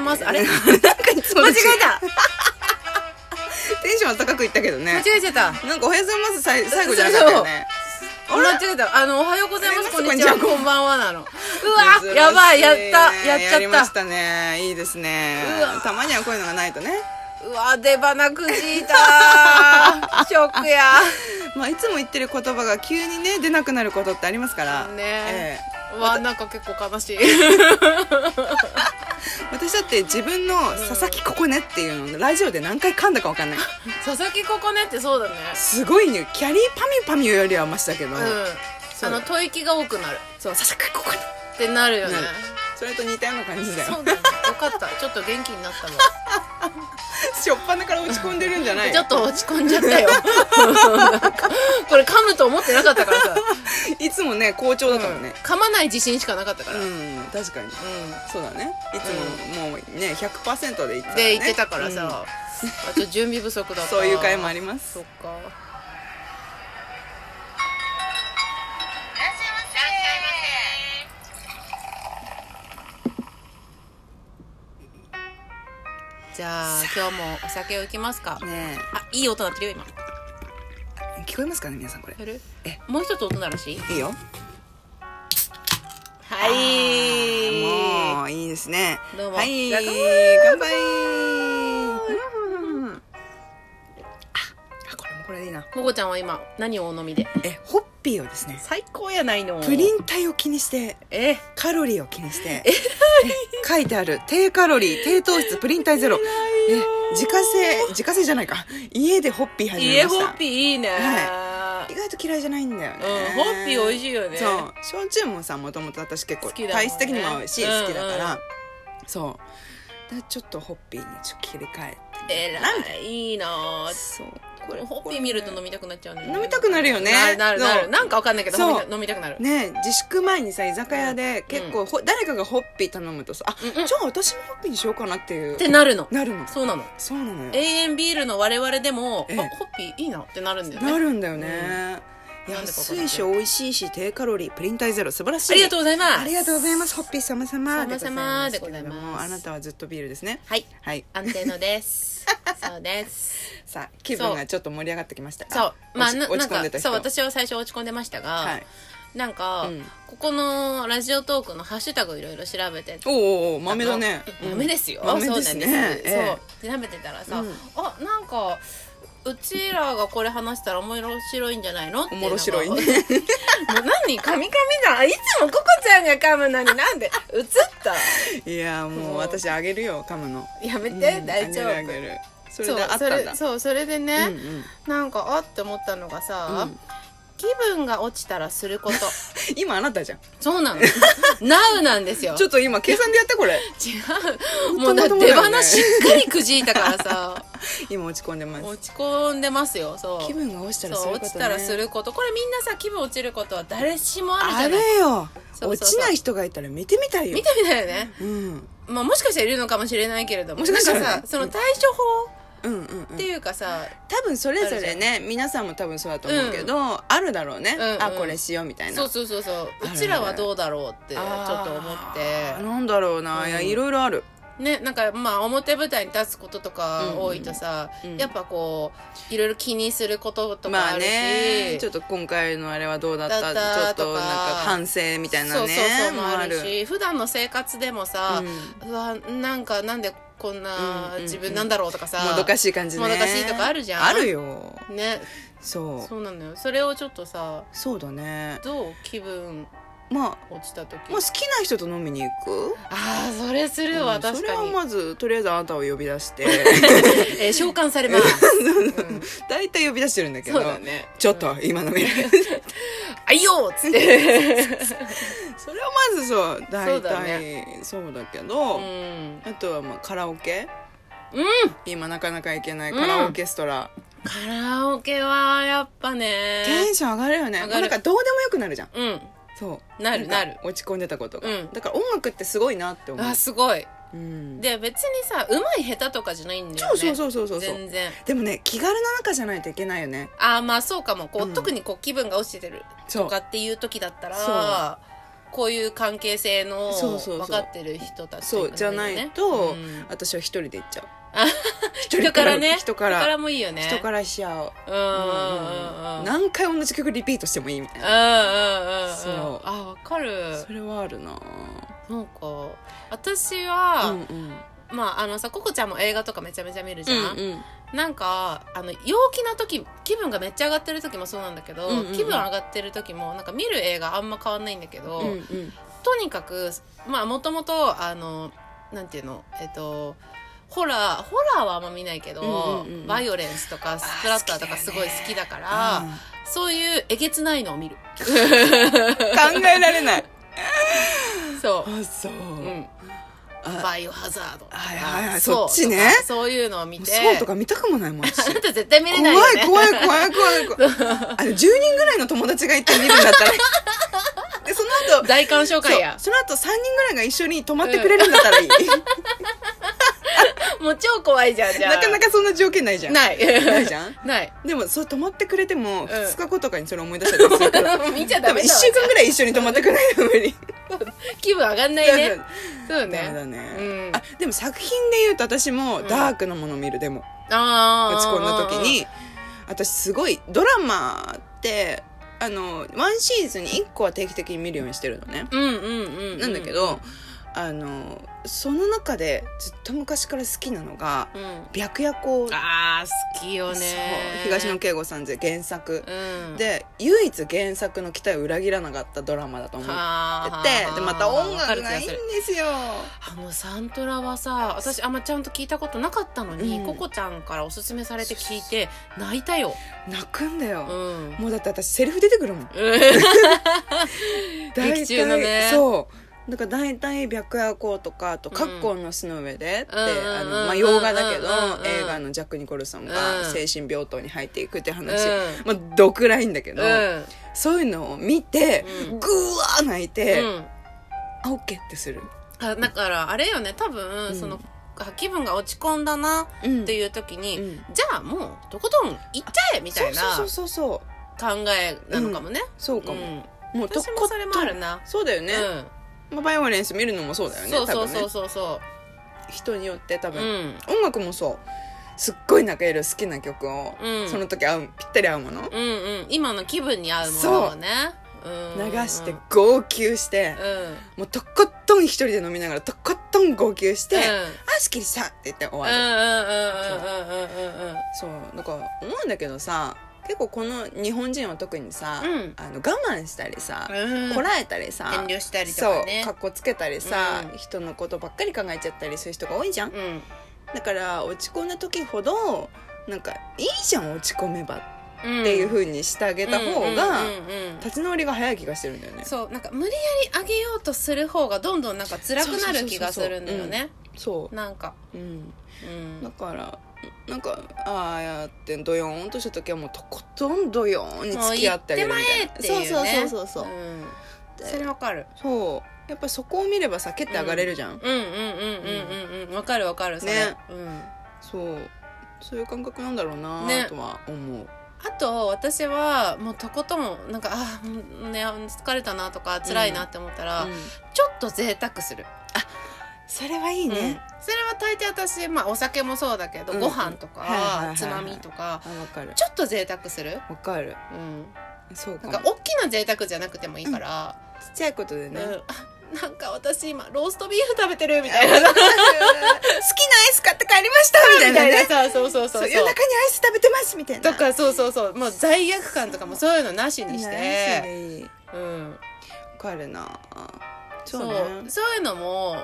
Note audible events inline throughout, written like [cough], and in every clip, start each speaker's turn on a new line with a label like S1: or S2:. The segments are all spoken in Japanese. S1: ます
S2: [laughs]
S1: あれ間違
S2: なんかいつもと違う
S1: えた
S2: テンション高くいったけどね
S1: 間違えちゃった
S2: なんかおはようございますさい最後じゃなかったよね
S1: 間違えたあのおはようございます
S2: あ
S1: こ
S2: れ
S1: んにちは
S2: こんにちは
S1: こんばんはなのうわ
S2: 珍し
S1: やばいやっ
S2: ね
S1: たやっちゃ
S2: やりま
S1: っ
S2: したたねいいですね
S1: うわ
S2: たまにはこういうのがないとね
S1: うわ出花くじ
S2: [laughs]
S1: いたショックや
S2: まあいつも言ってる言葉が急にね出なくなることってありますから
S1: ね
S2: ええ
S1: うわなんか結構悲しい [laughs]
S2: 私だって自分の「佐々木ここね」っていうのをラジオで何回噛んだか分かんない
S1: 佐々木ここねってそうだね
S2: すごいねキャリーパミュパミュよりはマシだけど、
S1: うん
S2: そう
S1: あの吐息が多くなる
S2: そう佐々木ここね
S1: ってなるよね
S2: なるそれと似たような感じだ
S1: そ
S2: よ
S1: うだねよかったちょっと元気になったもん
S2: しょっぱなから落ち込んでるんじゃない
S1: ちょっと落ち込んじゃった
S2: [laughs]
S1: よなんかこれ噛むと思ってなかったからさ、
S2: いつもね好調だったもんね
S1: 噛まない自信しかなかったか
S2: う
S1: ら、うん
S2: ん、確かに
S1: で
S2: そうだねいつももうね100%で言ってた、ね、
S1: 言ってたからさ、あと準備不足だ
S2: う
S1: っ
S2: ん
S1: た
S2: そういう回もありま
S1: そ
S2: す
S1: っかじゃあ今日もお酒をいきますか
S2: ね
S1: あいい音鳴ってるよ今
S2: え聞こえますかね皆さんこれ
S1: やる
S2: え
S1: もう一つ音鳴らし
S2: いいよ
S1: はい
S2: もういいですね
S1: どうも
S2: はい
S1: じゃあ
S2: 乾杯うんああこれもこれでいいな
S1: もこちゃんは今何をお飲みで
S2: えホッピーをですね
S1: 最高やないの
S2: プリン体を気にして
S1: え
S2: カロリーを気にしてえ書いてある低カロリー低糖質プリン体ゼロえ自家製自家製じゃないか家でホッピー始め
S1: 家
S2: まし
S1: ホ
S2: た
S1: ッピーいいね、
S2: 意外と嫌いじゃないんだよね、
S1: うんホッピー美味しいよね
S2: そう焼酎もさもともと私結構
S1: 好きだもんね
S2: 体質的にも合うし、
S1: うんうん
S2: 好きだからそうでちょっとホッピーにちょっと切り替えて
S1: えらいいいなぁ
S2: そう
S1: これホッピー見ると飲みたくなっちゃうね
S2: 飲みたくなるよね
S1: なるなるな
S2: そ
S1: る
S2: う
S1: なんかわかんないけど
S2: そう
S1: 飲みた飲みたくなる
S2: ね自粛前にさ居酒屋で結構、ほ誰かがホッピー頼むとさあ、
S1: うんうん
S2: じゃあ私もホッピーにしようかなっていう
S1: ってなるの
S2: なるの
S1: そうなの
S2: そうなのよ
S1: 永遠ビールの我々でもあ
S2: ええ
S1: ホッピーいいなってなるんだよね
S2: なるんだよね、
S1: うんなんでかわかん
S2: 安
S1: ない
S2: いし美味しいし低カロリープリン体ゼロ素晴らしい
S1: ありがとうございます
S2: ありがとうございますホッピー様様でございますけれども
S1: 様々でございます
S2: あなたはずっとビールですね
S1: はい
S2: はい
S1: 安定のです
S2: [laughs]
S1: そうです
S2: さあ気分がちょっと盛り上がってきましたか
S1: そうまあ
S2: 落
S1: な
S2: ち落
S1: なん
S2: ち込んで
S1: か
S2: た人
S1: そう私は最初落ち込んでましたが、
S2: はい
S1: なんか、
S2: うん
S1: ここのラジオトークのハッシュタグいろいろ調べて
S2: おうおうおう豆だね
S1: あの豆ですよ。
S2: うん豆ですね
S1: そうなんです。
S2: え
S1: そう。調べてたらさ、
S2: うん
S1: あなんか。うちらがこれ話したら面白いんじゃないのっていうのが
S2: 面白いね
S1: もう [laughs] 何カミカミだいつもココちゃんが噛むのになんで映った
S2: えいやもう私あげるよ噛むの
S1: やめて、
S2: うん
S1: 大丈夫
S2: あげるあげるそれであったんだ
S1: そうそれそうそれでね、
S2: うんうん
S1: なんかあって思ったのがさ、
S2: うん
S1: 気分が落ちたらすること
S2: [laughs] 今あなたじゃん
S1: そう [laughs] なのナウなんですよ
S2: ちょっと今計算でやっ
S1: [laughs]
S2: てこれ
S1: 違う
S2: も
S1: も
S2: う
S1: う
S2: だ
S1: だ
S2: って
S1: 出花しっかりくじいたからさ
S2: 今落ち込んでます
S1: 落ち込んでますよそう
S2: 気分が落ちたらす
S1: そう
S2: ることね
S1: 落ちたらすることこれみんなさ気分落ちることは誰しもあるじ
S2: あ
S1: ゃない
S2: れよ
S1: そうそうそう
S2: 落ちない人がいたら見てみたいよ
S1: 見てみたいよね、
S2: うん
S1: まあ、もしかしたらいるのかもしれないけれども
S2: もしかしたらね
S1: なんかさその対処法
S2: うんうんうん
S1: っていうかさ、
S2: 多分それぞれね皆さんも多分そうだと思うけど、あるだろうね、
S1: うんうん
S2: あこれしようみたいな
S1: そうそうそうそううちらはどうだろうってちょっと思
S2: あー
S1: っ
S2: なんだろうな、いやいろいろある
S1: てねなんかまあ表舞台に立つこととか多いとさ、
S2: うんうん
S1: やっぱこういろいろ気にすることと
S2: ま
S1: か
S2: あ
S1: あるし、
S2: ねちょっと今回のあれはどうだった
S1: だった
S2: ちょっと
S1: とか
S2: なんか反省みたいなね
S1: そうそうそうも
S2: も
S1: あるし普段の生活でもさ、うわなんかなんでこん
S2: うんうんう
S1: なん自分なんだろうとかさ、
S2: もどかしい感じね
S1: もどかしいとかあるじゃん
S2: あるよ
S1: ね
S2: そうそ
S1: そううなのよそれをちょっとさ
S2: だね
S1: どう気分
S2: ま
S1: 落ちた時
S2: あまあ好きな人と飲みに行く
S1: ああそれする
S2: う
S1: わ
S2: ん
S1: 確
S2: それ
S1: か
S2: は
S1: に、
S2: まずとりあえずあなたを呼び出し
S1: [laughs]
S2: て
S1: えー召喚され
S2: [laughs]
S1: ます、うん
S2: 大体呼び出してるんだけ
S1: そ
S2: ど
S1: うだね
S2: ちょっと今飲みる
S1: あいよっつって
S2: それはまずそう
S1: そ
S2: 大
S1: うだ
S2: 体そうだけど、
S1: [laughs] うん
S2: あとはまあカラオケ
S1: うん
S2: 今なかなか行けないカラオケストラ、
S1: カラオケはやっぱね
S2: テンション上がるよ
S1: 上が
S2: ね
S1: る
S2: もうなんかどうでもよくなるじゃん
S1: うん
S2: そう
S1: なる
S2: んか
S1: なる
S2: 落ち込んでたことが、
S1: うん
S2: だから音楽ってすごいなって思う
S1: あすごい
S2: うん
S1: で別にさうまい下手とかじゃないんだよ
S2: そう
S1: ね
S2: そうそうそうそうそう
S1: 全然
S2: でもね気軽な中じゃないといけないよね
S1: あーまあそうかもこう、
S2: うん
S1: 特にこう気分が落ちてる
S2: そう
S1: とかっていう時だったら
S2: そ
S1: こういう関係性の
S2: そうそうそう
S1: 分かってる人たちってい
S2: そうう
S1: こと
S2: じ
S1: で
S2: ゃ
S1: すね、
S2: ないと、
S1: うん
S2: 私は一人で行っちゃう
S1: あ
S2: 一
S1: 人からね
S2: 人から
S1: 人からもいいよね
S2: 人からしちゃう
S1: うんうん
S2: う
S1: うんうん
S2: 何回同じ曲リピートしてもいいみたいな
S1: うんうんうんうん
S2: そう
S1: あわかる
S2: それはあるな
S1: なんか私は、
S2: うんうん
S1: まああのさココちゃんも映画とかめちゃめちゃ見るじゃん、
S2: うんうん
S1: なんかあの陽気な時気分がめっちゃ上がってる時もそうなんだけど、
S2: うんうんうん
S1: 気分上がってる時もなんか見る映画あんま変わんないんだけど、
S2: うんうん
S1: とにかくまあもともとあのなんていうのえっとホラーホラーはあんま見ないけど、
S2: うんうんうん
S1: バイオレンスとかスプラッターとかすごい好きだから
S2: うん
S1: そういうえげつないのを見る
S2: 考えられない
S1: そ
S2: あそう、
S1: う、うん、
S2: あ
S1: バイオハザードとか
S2: はいはいはい
S1: そう
S2: そっちね
S1: とかそういうのを見て
S2: そうとか見たくもないもん私
S1: あなた絶対見れな
S2: 怖
S1: いいよね
S2: 怖い怖い怖い怖い
S1: [laughs]
S2: あの10人ぐらいの友達が行って見るんだったらでその後
S1: 大鑑賞会や
S2: そうその後3人ぐらいが一緒に泊まってくれるんだっ
S1: [laughs]
S2: たらいい、
S1: もう超怖いじゃんじゃあ
S2: なかなかそんな条件ないじゃん
S1: ない
S2: ないじゃん
S1: ない
S2: でもそう泊まってくれても2日後とかにそれ思い出したりするから、
S1: 見ちゃ
S2: 多
S1: [laughs] ダ
S2: 分
S1: メ
S2: 1
S1: だ
S2: 週間ぐらい一緒に泊まってくれないと無理
S1: 気分上がんないねそう
S2: ダメだ
S1: ね
S2: ね、
S1: うん
S2: あでも作品で言うと私もダークなもの見るでも
S1: ああ
S2: 落ち込んだ時に私すごいドラマってあのワンシーズンに1個は定期的に見るようにしてるのね、
S1: うんうんうん
S2: なんだけどあのその中でずっと昔から好きなのが
S1: うん
S2: 「白夜行」
S1: ああ好きよね
S2: そう東野圭吾さんで原作、
S1: うん
S2: で唯一原作の期待を裏切らなかったドラマだと思って
S1: は
S2: てでまた音楽がいいん
S1: る
S2: ですよ
S1: あのサントラはさ私あんまちゃんと聞いたことなかったのに、
S2: うん
S1: ココちゃんからおすすめされて聞いて泣いたよ
S2: 泣くんだ
S1: う
S2: よ、
S1: ん、うん、
S2: もうだって私セリフ出てくるもん
S1: 劇中のね
S2: そうだから大体「白夜行」とかあと「カッコンの巣の上で」って、
S1: うんうん
S2: あの
S1: うん
S2: まあ、洋画だけど、
S1: うんうん
S2: 映画のジャック・ニコルソンが
S1: うん
S2: 精神病棟に入っていくって
S1: う
S2: 話、まあ、どくらいんだけど、
S1: うん
S2: そういうのを見て、
S1: うん
S2: ぐわー泣いて、
S1: うん
S2: あオッケーってする、
S1: あだからあれよね多分、
S2: うん
S1: そのあ気分が落ち込んだな
S2: うん
S1: っていう時に、
S2: うん
S1: じゃあもうとことん行っちゃえみたいな
S2: そうそうそうそう
S1: 考えなのかもね、
S2: そう
S1: う
S2: か
S1: ん
S2: も、もうと
S1: 私
S2: こ
S1: も
S2: と
S1: それもあるな、
S2: そうだよね、まあ、バイオレンス見るのもそうだ
S1: う
S2: よ
S1: ん、
S2: ね
S1: そうそ
S2: 多
S1: う
S2: 分ね
S1: そうそうそ
S2: 人によって多
S1: う、う
S2: 分、
S1: ん
S2: 音楽もそうすっごい泣ける好きな曲を、
S1: うん
S2: その時合うぴったり合うもの、
S1: うんうん今の気分に合うものをねうん
S2: 流して号泣して、
S1: うん
S2: もうとことん一人で飲みながらとことん号泣して「
S1: うん
S2: あすっきりした!」って言って終
S1: うんう
S2: わ
S1: ん
S2: る、
S1: うんうんうんうんうん
S2: そうなんか思うんだけどさ結構この日本人は特にさ、
S1: うん
S2: あの我慢したりさ、
S1: うんうん
S2: こらえたりさ
S1: 遠慮したりとかね
S2: そうかっこつけたりさ、
S1: うん
S2: 人のことばっかり考えちゃったりする人が多いじゃん、
S1: うん
S2: だから落ち込んだ時ほどなんかいいじゃん落ち込めばっ
S1: うん
S2: ていう風にしてあげた方
S1: う
S2: が
S1: んうんうんうん
S2: 立ち直りが早い気がしてるんだよね
S1: そうなんか無理やり上げようとする方がどんどんなんか辛くなる気がするんだよね
S2: そ
S1: なんか
S2: う、うん、
S1: うん
S2: だからなんかああやってドヨーンとした時はもうとことんドヨーンに付き合ってあげるみたいな
S1: もう行ってまえっていうね
S2: そうそうそうそう、
S1: ん
S2: で
S1: それわかる
S2: そうやっぱそこを見ればさ蹴って上がれるじゃん、
S1: うんうんうんうんうんうんわかるわかるそれ、
S2: ね
S1: うん
S2: そうそういう感覚なんだろうな
S1: ね
S2: とは思う、
S1: あと私はもうとことんなんかあーもうね疲れたなとか辛いなって思ったら、
S2: うん
S1: ちょっと贅沢する、
S2: それはいい
S1: うんそれ
S2: ね、
S1: は大抵私、まあ、お酒もそうだけど、
S2: うん
S1: ご飯と
S2: はいはいはいは
S1: か
S2: い
S1: つまみとか
S2: あわかる
S1: ちょっと贅沢する、
S2: わかる
S1: うん、
S2: そうか
S1: な
S2: も
S1: んか大きな贅沢じゃなくてもいいから、
S2: ちっちゃいことでね、 [laughs]
S1: う
S2: わ
S1: んあなんか私今ローストビーフ食べてるみたいな
S2: かる好きなアイス買って帰りました [laughs] みたいなね
S1: さそうそう
S2: そ
S1: そうう
S2: 夜
S1: そう
S2: 中にアイス食べてますみたいな
S1: とかそうそうそうもう罪悪感とかもそういうのなしにし
S2: ねそ
S1: て、
S2: れいいわ
S1: うん、
S2: かるなそ
S1: そうう
S2: ね
S1: そういうのも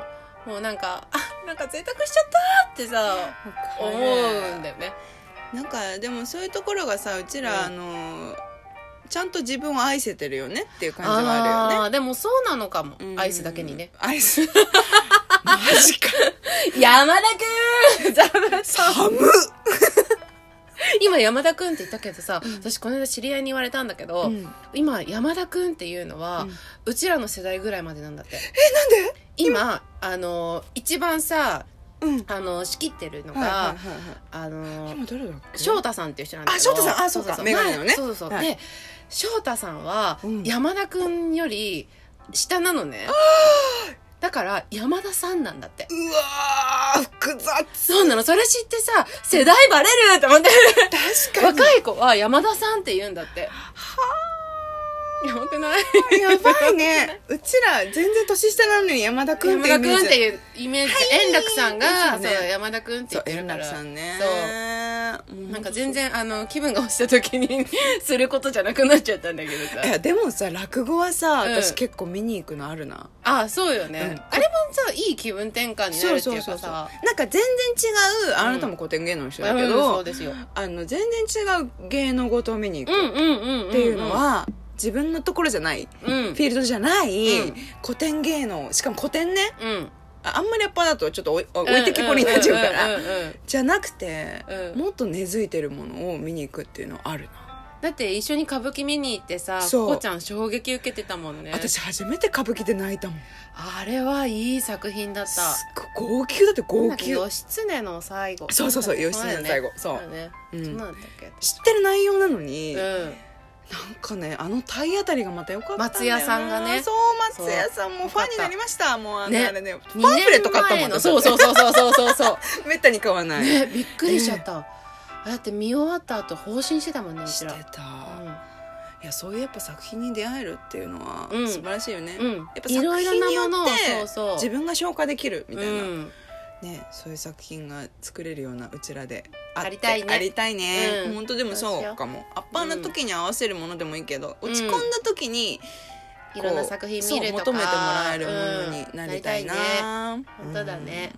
S1: もうなんかあなんか贅沢しちゃったってさ思うんだよね
S2: なんかでもそういうところがさうちら、
S1: う
S2: あのちゃんと自分を愛せてるよねっていう感じはあるよね
S1: ーでもそうなのかも
S2: うん
S1: アイスだけにね
S2: ア
S1: [laughs]
S2: イスマジか
S1: 山田く
S2: [laughs]
S1: ん
S2: 寒っ
S1: 今山田くんって言ったけどさ、私この間知り合いに言われたんだけど、
S2: うん
S1: 今山田くんっていうのは、
S2: う
S1: うんちらの世代ぐらいまでなんだって
S2: えなんで
S1: 今あの一番さ
S2: うん
S1: あの仕切ってるのが、
S2: はいはいはいはい
S1: あの
S2: 今誰だっけ
S1: 翔太さんっていう人なんだけど
S2: あ翔太さんあそうか
S1: そう
S2: メガネのね
S1: そうそうそう、
S2: はい
S1: で翔太さんは
S2: うん
S1: 山田君より下なのねだから山田さんなんだって
S2: うわー複
S1: [laughs]
S2: 雑
S1: そうなのそれ知ってさ世代バレると思って
S2: 確か
S1: [laughs]
S2: に
S1: 若い子は山田さんって言うんだってやばくない
S2: やば
S1: [laughs]
S2: いねうちら全然年下なのに山田くん
S1: 山
S2: ってイ
S1: 田
S2: メ
S1: くん
S2: ー
S1: っ
S2: ジ
S1: ていうイメージ、円楽さん
S2: そ
S1: が、
S2: うね
S1: そう山田くんって言
S2: そう
S1: って
S2: 円
S1: るか
S2: 楽
S1: ら
S2: さんね
S1: そう
S2: うん
S1: なんか全然あの気分が落ちた時にすることじゃなくなっちゃったんだけど
S2: い
S1: さ
S2: やでもさ落語はさ
S1: うん
S2: 私結構見に行くのあるな、
S1: ああそうよね、
S2: うん
S1: あれもさいい気分転換にな
S2: そ
S1: る
S2: う
S1: って
S2: そ
S1: いうう
S2: そう
S1: か
S2: そう
S1: さ
S2: なんか全然違うあなたも古典芸能の人だけ
S1: うん
S2: ど、
S1: そうですよ
S2: あの全然違う芸能ごとを見に行
S1: う
S2: く
S1: んうんうんんん
S2: っていうのは、自分のところじゃない、
S1: うん
S2: フィールドじゃない、
S1: うん
S2: 古典芸能しかも古典ね
S1: うん
S2: ああんまりやっぱだとちょっとおいお置いてきぼりになっちゃうから、
S1: んんんうん
S2: じゃなくて、
S1: うん
S2: もっと根付いてるものを見に行くっていうのはあるな、
S1: だって一緒に歌舞伎見に行ってさ
S2: そう
S1: ここちゃん衝撃受けてたもんね
S2: 私初めて歌舞伎で泣いたもん
S1: あれはいい作品だっ
S2: す
S1: た
S2: っごい号泣だって号
S1: なんだっけ
S2: 泣
S1: 義経の最後
S2: そうそうそう義経の最後
S1: そ
S2: そうう
S1: だよね
S2: うん
S1: そうなんだっけ
S2: 知ってる内容なのに、なん
S1: うん
S2: かねあの体当たりがまた良かったんだよな
S1: 松屋さんがね
S2: そう松屋さんもうファンになりましたもうあの
S1: ね
S2: あれねパンフレット買っ
S1: 二年前
S2: たもん
S1: のそうそうそうそうそうそうそう
S2: [laughs] めったに買わな
S1: う
S2: い、
S1: ねびっくりしちゃった、だって見終わった後放心してたもんねう
S2: し
S1: ち
S2: て
S1: ら
S2: た、
S1: う
S2: いやそういうやっぱ作品に出会えるっていうのは
S1: うん
S2: 素晴らしいよね、
S1: ん、うん
S2: やっぱ作
S1: いろい
S2: 品によ
S1: ろなものを
S2: って
S1: そうそう
S2: 自分が消化できるみたいな、
S1: うん
S2: ねそういう作品が作れるようなうちらであっ
S1: あ
S2: て
S1: りたいね
S2: ありたいね、
S1: うん
S2: 本当でも
S1: そうし
S2: そ
S1: よ
S2: う
S1: う
S2: かもアッパーな時に合わせるものでもいいけど、
S1: うん
S2: 落ち込んだ時に
S1: いろんな作品見るとか
S2: そう求めてもらえるものになりたいな、
S1: うんなりたいね
S2: うん
S1: 本当だね、